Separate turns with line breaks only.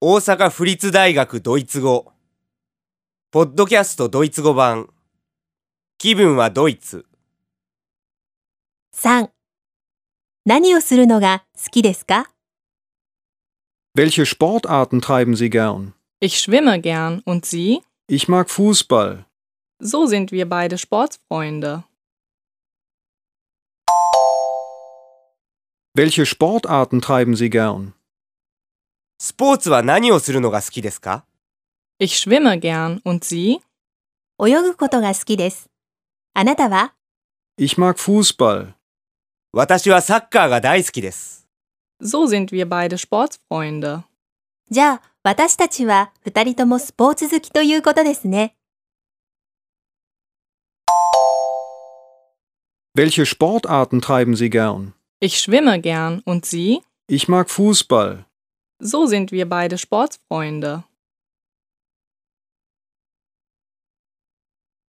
大阪府立大学ドイツ語ポッドキャストドイツ語版気分はドイツ
3何をするのが好きですか
Welche Sportarten treiben Sie gern?
Ich schwimme gern und Sie?
Ich mag Fußball.
So sind wir beide Sportsfreunde.
Welche Sportarten treiben Sie gern?
スポーツは何をするのが好きですか
Ich schwimme gern und Sie?
泳ぐことが好きです。あなたは
Ich mag Fußball.
私はサッカーが大好きです
So sind wir beide Sportsfreunde.
じゃあ私たちは2人ともスポーツ好きということですね。
Welche Sportarten treiben Sie gern?
Ich schwimme gern und Sie?
Ich mag Fußball.
So sind wir beide Sportsfreunde.